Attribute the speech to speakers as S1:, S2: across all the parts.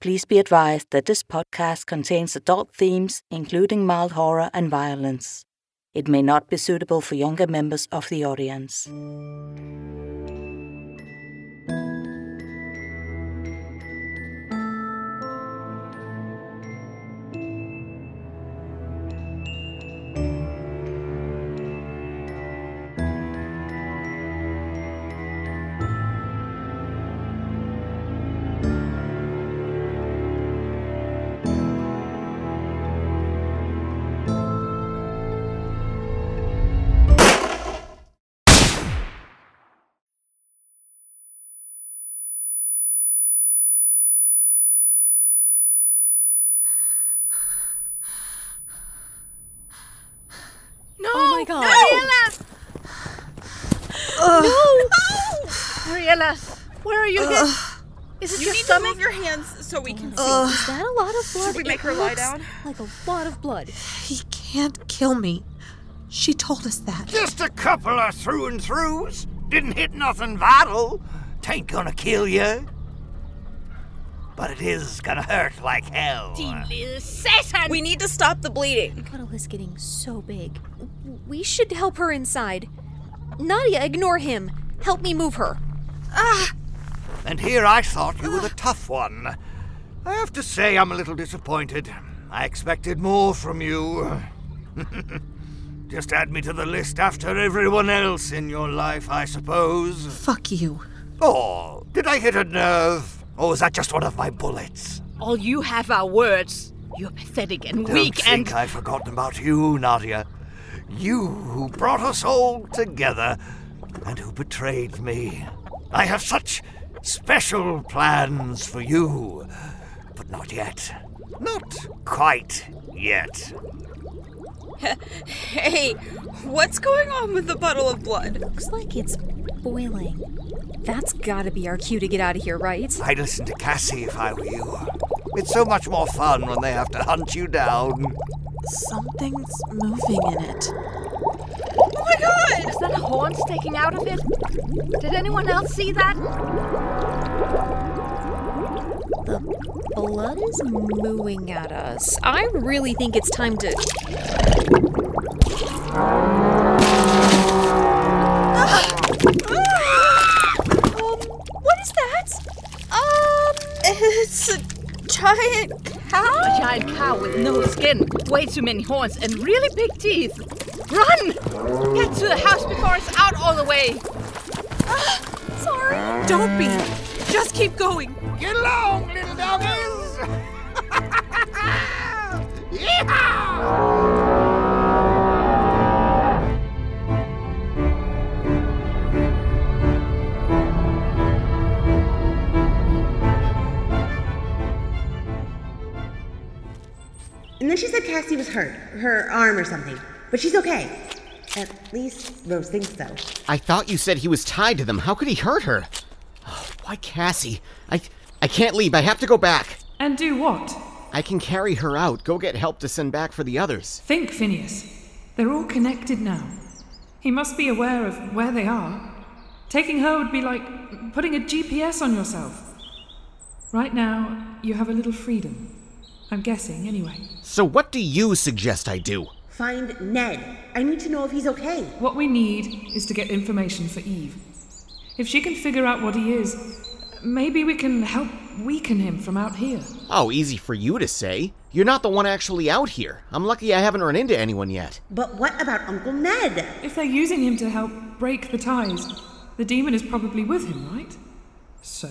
S1: Please be advised that this podcast contains adult themes, including mild horror and violence. It may not be suitable for younger members of the audience.
S2: No!
S3: Oh my god.
S2: Mariella! No! Mariella, where are you again? Is it
S4: You
S2: your
S4: need to
S2: stomach?
S4: move your hands so we can see.
S3: Is that a lot of blood?
S4: Should we
S3: It
S4: make her lie
S3: looks
S4: down?
S3: Like a lot of blood.
S5: He can't kill me. She told us that.
S6: Just a couple of through and throughs. Didn't hit nothing vital. Tain't gonna kill you. But it is gonna hurt like hell.
S4: We need to stop the bleeding.
S3: Puddle is getting so big. W- We should help her inside. Nadia, ignore him. Help me move her.
S2: Ah,
S6: And here I thought you were the tough one. I have to say I'm a little disappointed. I expected more from you. Just add me to the list after everyone else in your life, I suppose.
S5: Fuck you.
S6: Oh, did I hit a nerve? Or was that just one of my bullets?
S2: All you have are words. You're pathetic and
S6: Don't
S2: weak
S6: think
S2: and.
S6: I've forgotten about you, Nadia. You who brought us all together and who betrayed me. I have such special plans for you, but not yet. Not quite yet.
S4: Hey, what's going on with the puddle of blood?
S3: Looks like it's boiling. That's gotta be our cue to get out of here, right?
S6: I'd listen to Cassie if I were you. It's so much more fun when they have to hunt you down.
S5: Something's moving in it.
S4: Oh my god!
S2: Is that horn sticking out of it? Did anyone else see that?
S3: The blood is mooing at us. I really think it's time to.
S2: Ah!
S3: um, what is that?
S4: Um, it's a giant
S2: A
S4: cow.
S2: giant cow with no skin, way too many horns, and really big teeth. Run! Get to the house before it's out all the way!
S3: Sorry.
S5: Ah, Don't be. Just keep going.
S6: Get along, little doggies! Yeehaw!
S7: And then she said Cassie was hurt, her arm or something. But she's okay. At least Rose thinks so.
S8: I thought you said he was tied to them. How could he hurt her? Oh, why, Cassie? I, I can't leave. I have to go back.
S9: And do what?
S8: I can carry her out. Go get help to send back for the others.
S9: Think, Phineas. They're all connected now. He must be aware of where they are. Taking her would be like putting a GPS on yourself. Right now, you have a little freedom. I'm guessing, anyway.
S8: So, what do you suggest I do?
S7: Find Ned. I need to know if he's okay.
S9: What we need is to get information for Eve. If she can figure out what he is, maybe we can help weaken him from out here.
S8: Oh, easy for you to say. You're not the one actually out here. I'm lucky I haven't run into anyone yet.
S7: But what about Uncle Ned?
S9: If they're using him to help break the ties, the demon is probably with him, right? So,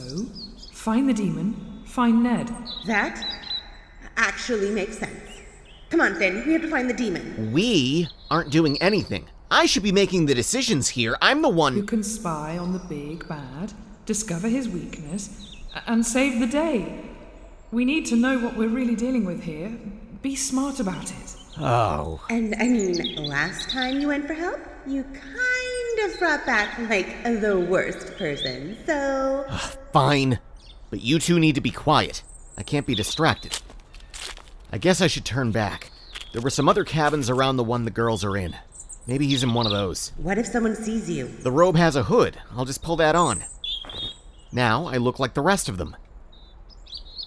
S9: find the demon, find Ned.
S7: That actually makes sense. Come on, Finn. We have to find the demon.
S8: We aren't doing anything. I should be making the decisions here. I'm the
S9: You
S8: one.
S9: can spy on the big bad, discover his weakness, a- and save the day. We need to know what we're really dealing with here. Be smart about it.
S8: Oh.
S7: And I mean, last time you went for help, you kind of brought back like the worst person. So
S8: Fine. But you two need to be quiet. I can't be distracted. I guess I should turn back. There were some other cabins around the one the girls are in. Maybe he's in one of those.
S7: what if someone sees you?
S8: The robe has a hood. I'll just pull that on. Now I look like the rest of them.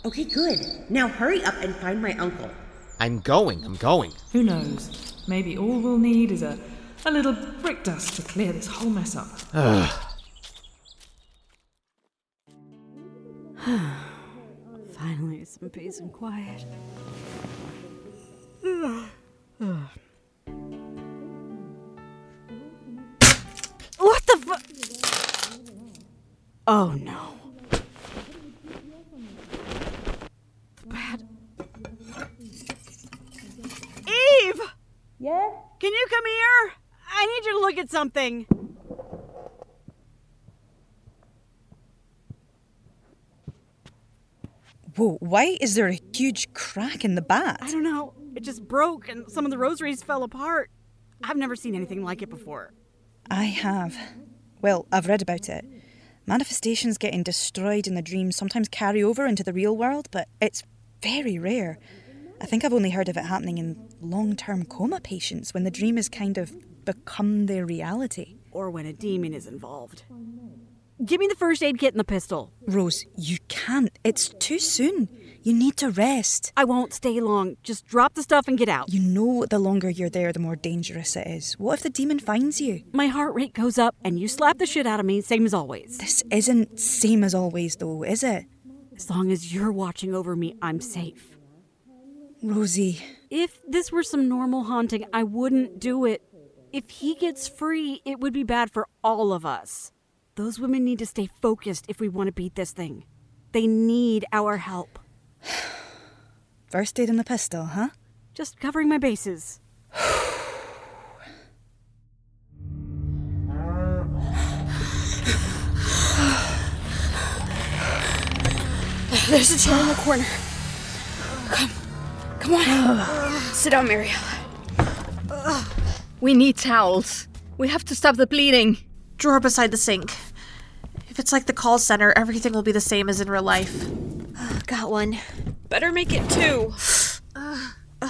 S7: Okay, good. Now hurry up and find my uncle.
S8: I'm going, I'm going.
S9: Who knows? Maybe all we'll need is a, a little brick dust to clear this whole mess up.
S10: Finally, some peace and quiet. What the fu- Oh no. Bad.
S4: Eve!
S10: Yeah?
S4: Can you come here? I need you to look at something. Whoa, why is there a huge crack in the bat? I don't know. It just broke and some of the rosaries fell apart. I've never seen anything like it before.
S11: I have. Well, I've read about it. Manifestations getting destroyed in the dream sometimes carry over into the real world, but it's very rare. I think I've only heard of it happening in long term coma patients when the dream has kind of become their reality.
S4: Or when a demon is involved. Give me the first aid kit and the pistol.
S11: Rose, you can't. It's too soon. You need to rest.
S4: I won't stay long. Just drop the stuff and get out.
S11: You know the longer you're there, the more dangerous it is. What if the demon finds you?
S4: My heart rate goes up and you slap the shit out of me, same as always.
S11: This isn't same as always, though, is it?
S4: As long as you're watching over me, I'm safe.
S11: Rosie,
S4: If this were some normal haunting, I wouldn't do it. If he gets free, it would be bad for all of us. Those women need to stay focused if we want to beat this thing. They need our help.
S11: first aid and the pistol, huh?
S4: Just covering my bases.
S10: There's a chair in the corner. Come. Come on. Sit down, Muriel.
S2: We need towels. We have to stop the bleeding.
S5: Drawer beside the sink. If it's like the call center, everything will be the same as in real life.
S3: Got one.
S4: Better make it two.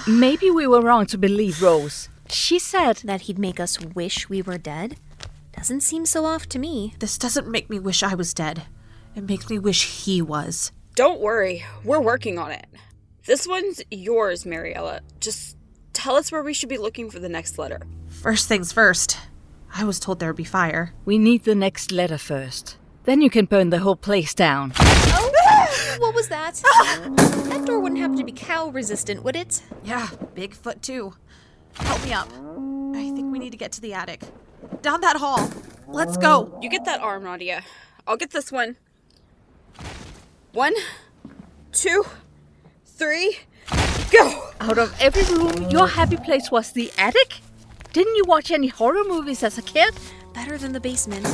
S2: Maybe we were wrong to believe Rose. She said
S3: That he'd make us wish we were dead? Doesn't seem so off to me.
S5: This doesn't make me wish I was dead. It makes me wish he was.
S4: Don't worry, we're working on it. This one's yours, Mariella. Just tell us where we should be looking for the next letter.
S5: First things first. I was told there would be fire.
S2: we need the next letter first. Then you can burn the whole place down.
S3: Oh, what was that? that door wouldn't happen to be cow resistant, would it?
S5: Ah! Yeah, Bigfoot too. Help me up. I think we need to get to the attic. Down that hall. Let's go.
S4: You get that arm, Nadia. I'll get this one. One, two, three, go!
S2: Out of every room, your happy place was the attic? Didn't you watch any horror movies as a kid?
S3: Better than the basement.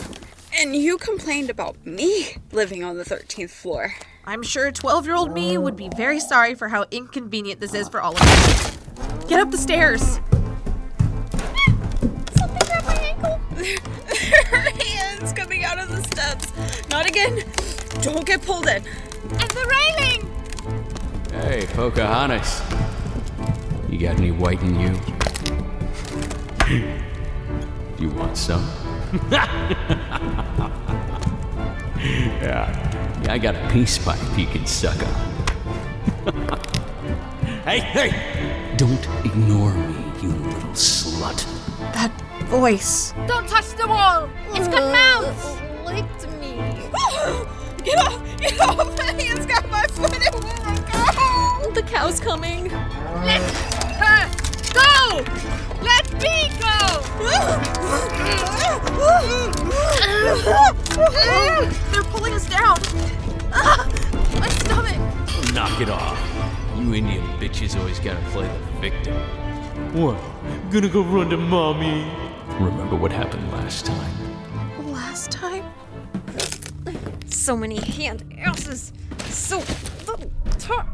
S4: And you complained about me living on the 13th floor.
S5: I'm sure 12 year old me would be very sorry for how inconvenient this is for all of us. Get up the stairs.
S3: Something grabbed my ankle.
S4: Her hands coming out of the steps. Not again. Don't get pulled in.
S3: And the railing!
S12: Hey, Pocahontas. You got any white in you? Do you want some? yeah. Yeah, I got a peace pipe you can suck on. hey, hey! Don't ignore me, you little slut.
S5: That voice.
S2: Don't touch the wall! It's got mouths!
S3: Licked me.
S4: Get off! Get off! My hands got my foot and
S2: Oh
S4: won't
S3: The cow's coming.
S2: Let her go! Let me go!
S4: let go.
S5: They're pulling us down. Ah, my stomach.
S12: Knock it off. You Indian bitches always gotta play the victim. What? Gonna go run to mommy. Remember what happened last time?
S5: Last time?
S3: So many hand asses. So little. tar-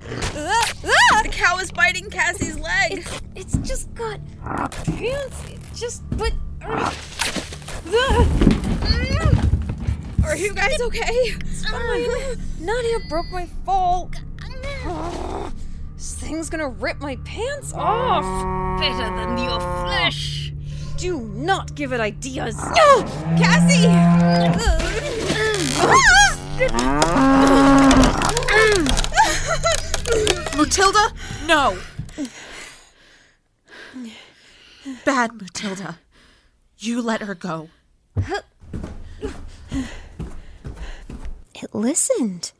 S4: The cow is biting Cassie's leg.
S3: It's just got hands. It just but.
S4: Are you guys okay?
S3: Oh Nadia broke my fall. This thing's gonna rip my pants off.
S2: Better than your flesh!
S3: Do not give it ideas.
S4: Cassie!
S3: Matilda? No. Bad Matilda. You let her go.
S13: It listened.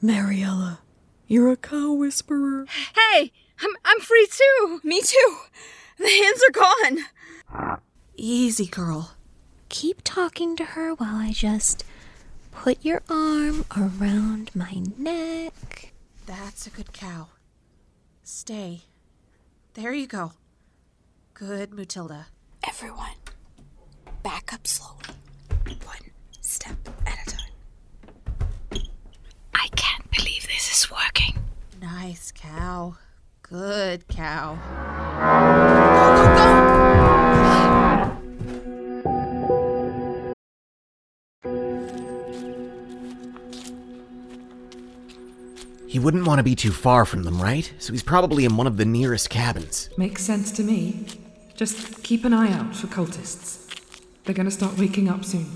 S13: Mariella, you're a cow whisperer.
S14: Hey, I'm, I'm free too. Me too. The hands are gone.
S3: Easy, girl.
S13: Keep talking to her while I just put your arm around my neck.
S3: That's a good cow. Stay. There you go. Good, Matilda.
S14: Everyone, back up slowly. One step at a time. I can't believe this is working.
S3: Nice cow. Good cow.
S8: He wouldn't want to be too far from them, right? So he's probably in one of the nearest cabins.
S9: Makes sense to me. Just keep an eye out for cultists. They're gonna start waking up soon.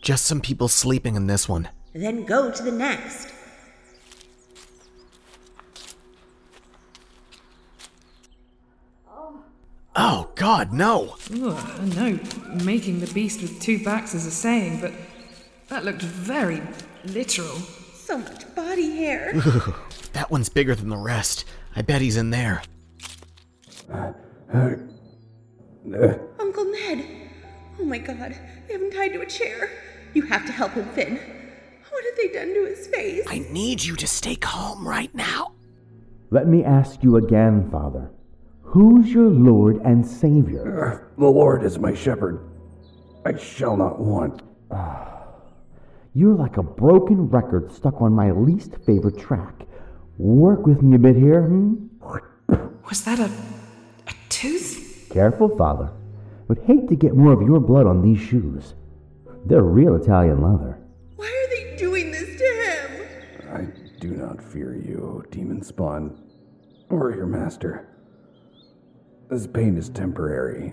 S8: Just some people sleeping in this one.
S7: Then go to the next.
S8: Oh, God, no!
S9: Ugh, I know making the beast with two backs is a saying, but that looked very literal.
S7: So much body hair.
S8: Ooh, that one's bigger than the rest. I bet he's in there.
S7: Uncle Ned. Oh my god, they have him tied to a chair. You have to help him, Finn. What have they done to his face?
S8: I need you to stay calm right now.
S15: Let me ask you again, Father. Who's your Lord and Savior?
S16: The Lord is my shepherd. I shall not want.
S15: You're like a broken record stuck on my least favorite track. Work with me a bit here, hmm?
S9: Was that a, a tooth?
S15: Careful, Father. Would hate to get more of your blood on these shoes. They're real Italian leather.
S7: Why are they doing this to him?
S16: I do not fear you, O demon spawn, or your master. This pain is temporary.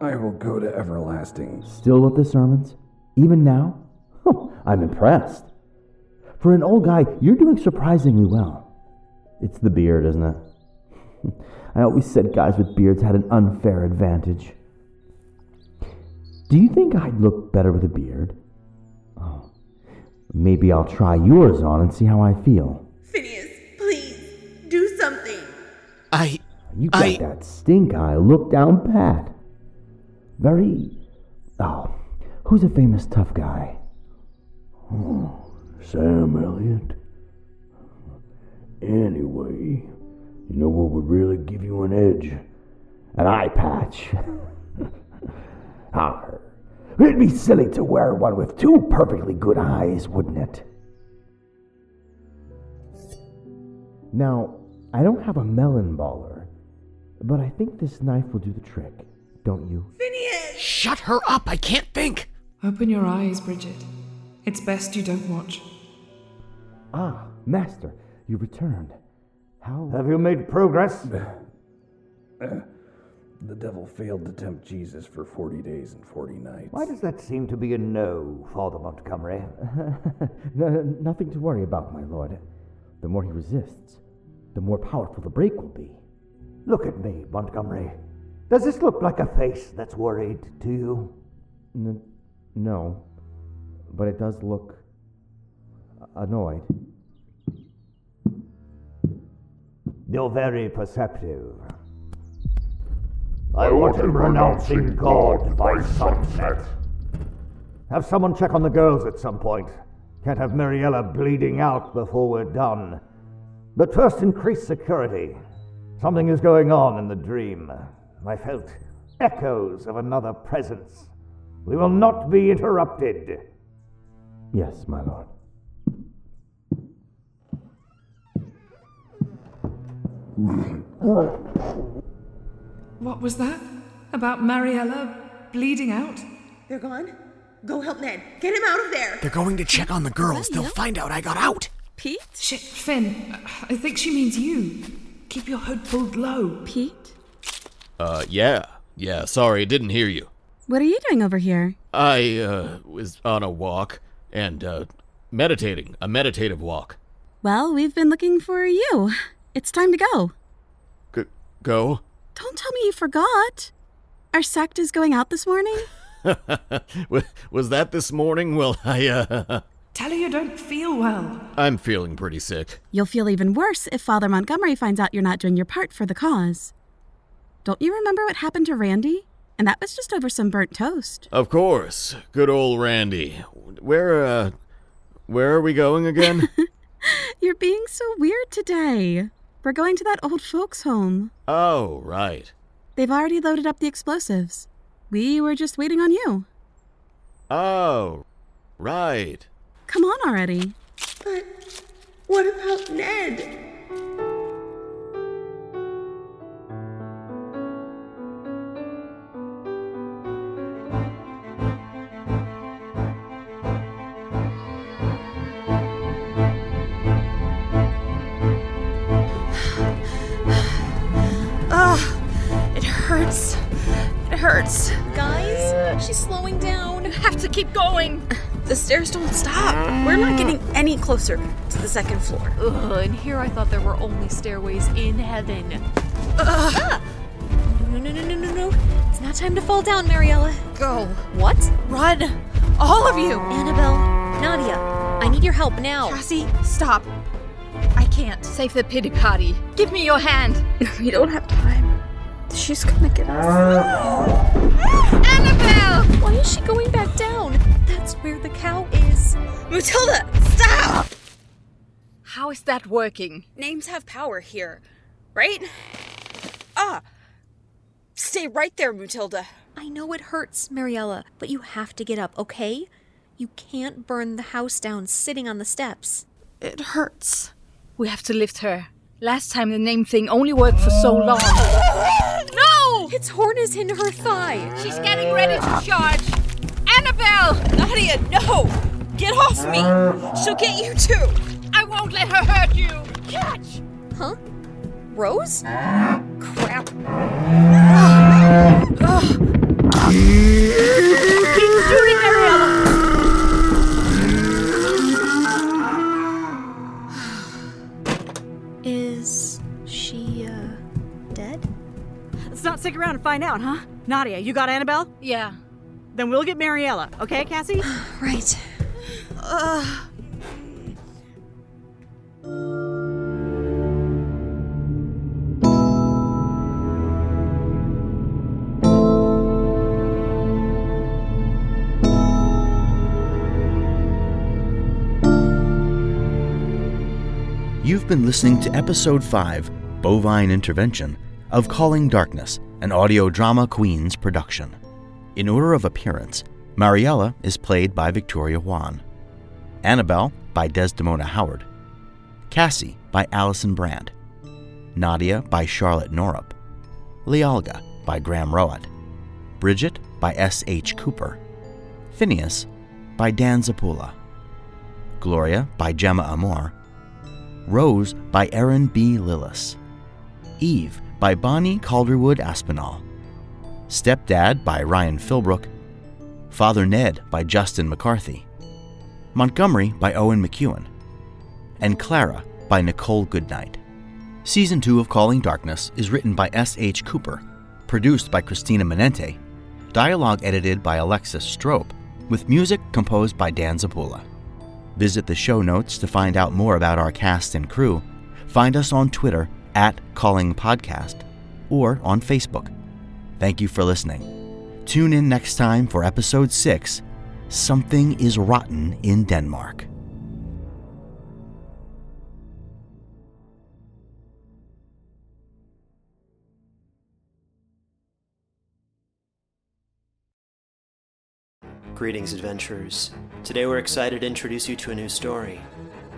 S16: I will go to everlasting.
S15: Still with the sermons? Even now? I'm impressed. For an old guy, you're doing surprisingly well. It's the beard, isn't it? I always said guys with beards had an unfair advantage. Do you think I'd look better with a beard? Oh, maybe I'll try yours on and see how I feel.
S7: Phineas, please, do something.
S8: I.
S15: You got
S8: I-
S15: that stink eye look down pat. Very. Oh, who's a famous tough guy?
S16: Oh, Sam Elliott? Anyway,
S15: You know what would really give you an edge? An eye patch. Arr. It'd be silly to wear one with two perfectly good eyes, wouldn't it? Now, I don't have a melon baller, but I think this knife will do the trick, don't you?
S8: Shut her up! I can't think!
S9: Open your eyes, Bridget. It's best you don't watch.
S15: Ah, Master, you returned. How? Uh,
S16: Have you made progress? the devil failed to tempt Jesus for 40 days and 40 nights.
S6: Why does that seem to be a no, Father Montgomery?
S15: N- nothing to worry about, my lord. The more he resists, the more powerful the break will be.
S6: Look at me, Montgomery. Does this look like a face that's worried to you?
S15: N- no, but it does look annoyed.
S6: You're very perceptive.
S17: I want him renouncing God by sunset.
S6: Have someone check on the girls at some point. Can't have Mariella bleeding out before we're done. But first, increase security. Something is going on in the dream. I felt echoes of another presence. We will not be interrupted.
S15: Yes, my lord.
S9: What was that? About Mariella bleeding out?
S7: They're gone? Go help Ned. Get him out of there.
S8: They're going to check on the girls. They'll find out I got out.
S9: Pete? Shit, Finn, I think she means you. Keep your hood pulled low.
S18: Pete?
S19: Uh, yeah. Yeah, sorry, didn't hear you.
S18: What are you doing over here?
S19: I, uh, was on a walk and, uh, meditating. A meditative walk.
S18: Well, we've been looking for you. It's time to go.
S19: G- go?
S18: Don't tell me you forgot. Our sect is going out this morning.
S19: Wa- Was that this morning? Well, I, uh.
S9: Tell her you don't feel well.
S19: I'm feeling pretty sick.
S18: You'll feel even worse if Father Montgomery finds out you're not doing your part for the cause. Don't you remember what happened to Randy? And that was just over some burnt toast.
S19: Of course. Good old Randy. Where, uh. Where are we going again?
S18: You're being so weird today. We're going to that old folks' home.
S19: oh, right.
S18: They've already loaded up the explosives. We were just waiting on you.
S19: Oh, right.
S18: Come on already.
S7: But what about Ned?
S5: Ugh, it hurts. It hurts.
S3: Guys, she's slowing down.
S2: Have to keep going.
S10: The stairs don't stop. We're not getting any closer to the second floor.
S20: Ugh, and here I thought there were only stairways in heaven.
S3: No, no, no, no, no, no. It's not time to fall down, Mariella.
S5: Go.
S3: What?
S5: Run. All of you.
S3: Annabelle, Nadia, I need your help now.
S5: Cassie, stop. I can't.
S2: Save the pity party. Give me your hand.
S10: We don't have time. She's gonna get us.
S3: Annabelle! Why is she going back down? That's where the cow is.
S10: Matilda!
S2: How is that working?
S10: Names have power here, right? Ah! Stay right there, Matilda.
S3: I know it hurts, Mariella, but you have to get up, okay? You can't burn the house down sitting on the steps.
S5: It hurts.
S2: We have to lift her. Last time the name thing only worked for so long.
S3: No! Its horn is in her thigh.
S2: She's getting ready to charge. Annabelle!
S10: Nadia, no! Get off me! She'll get you too!
S2: I won't let her hurt you! Catch!
S3: Huh? Rose? Crap. Ah.
S21: Is she, uh, dead?
S4: Let's not stick around and find out, huh? Nadia, you got Annabelle?
S2: Yeah.
S4: Then we'll get Mariella, okay, Cassie?
S21: Right. Uh,
S5: Ugh.
S15: You've been listening to Episode 5 Bovine Intervention of Calling Darkness, an audio drama Queens production. In order of appearance, Mariella is played by Victoria Juan, Annabelle by Desdemona Howard, Cassie by Allison Brand, Nadia by Charlotte Norup, Lialga by Graham Rowett, Bridget by S.H. Cooper, Phineas by Dan Zapula, Gloria by Gemma Amor, Rose by Erin B. Lillis. Eve by Bonnie Calderwood Aspinall. Stepdad by Ryan Philbrook. Father Ned by Justin McCarthy. Montgomery by Owen McEwen. And Clara by Nicole Goodnight. Season 2 of Calling Darkness is written by S.H. Cooper, produced by Christina Menente, dialogue edited by Alexis Strope, with music composed by Dan Zapula. Visit the show notes to find out more about our cast and crew. Find us on Twitter at Calling Podcast or on Facebook. Thank you for listening. Tune in next time for episode 6 Something is Rotten in Denmark.
S22: Greetings, adventurers. Today we're excited to introduce you to a new story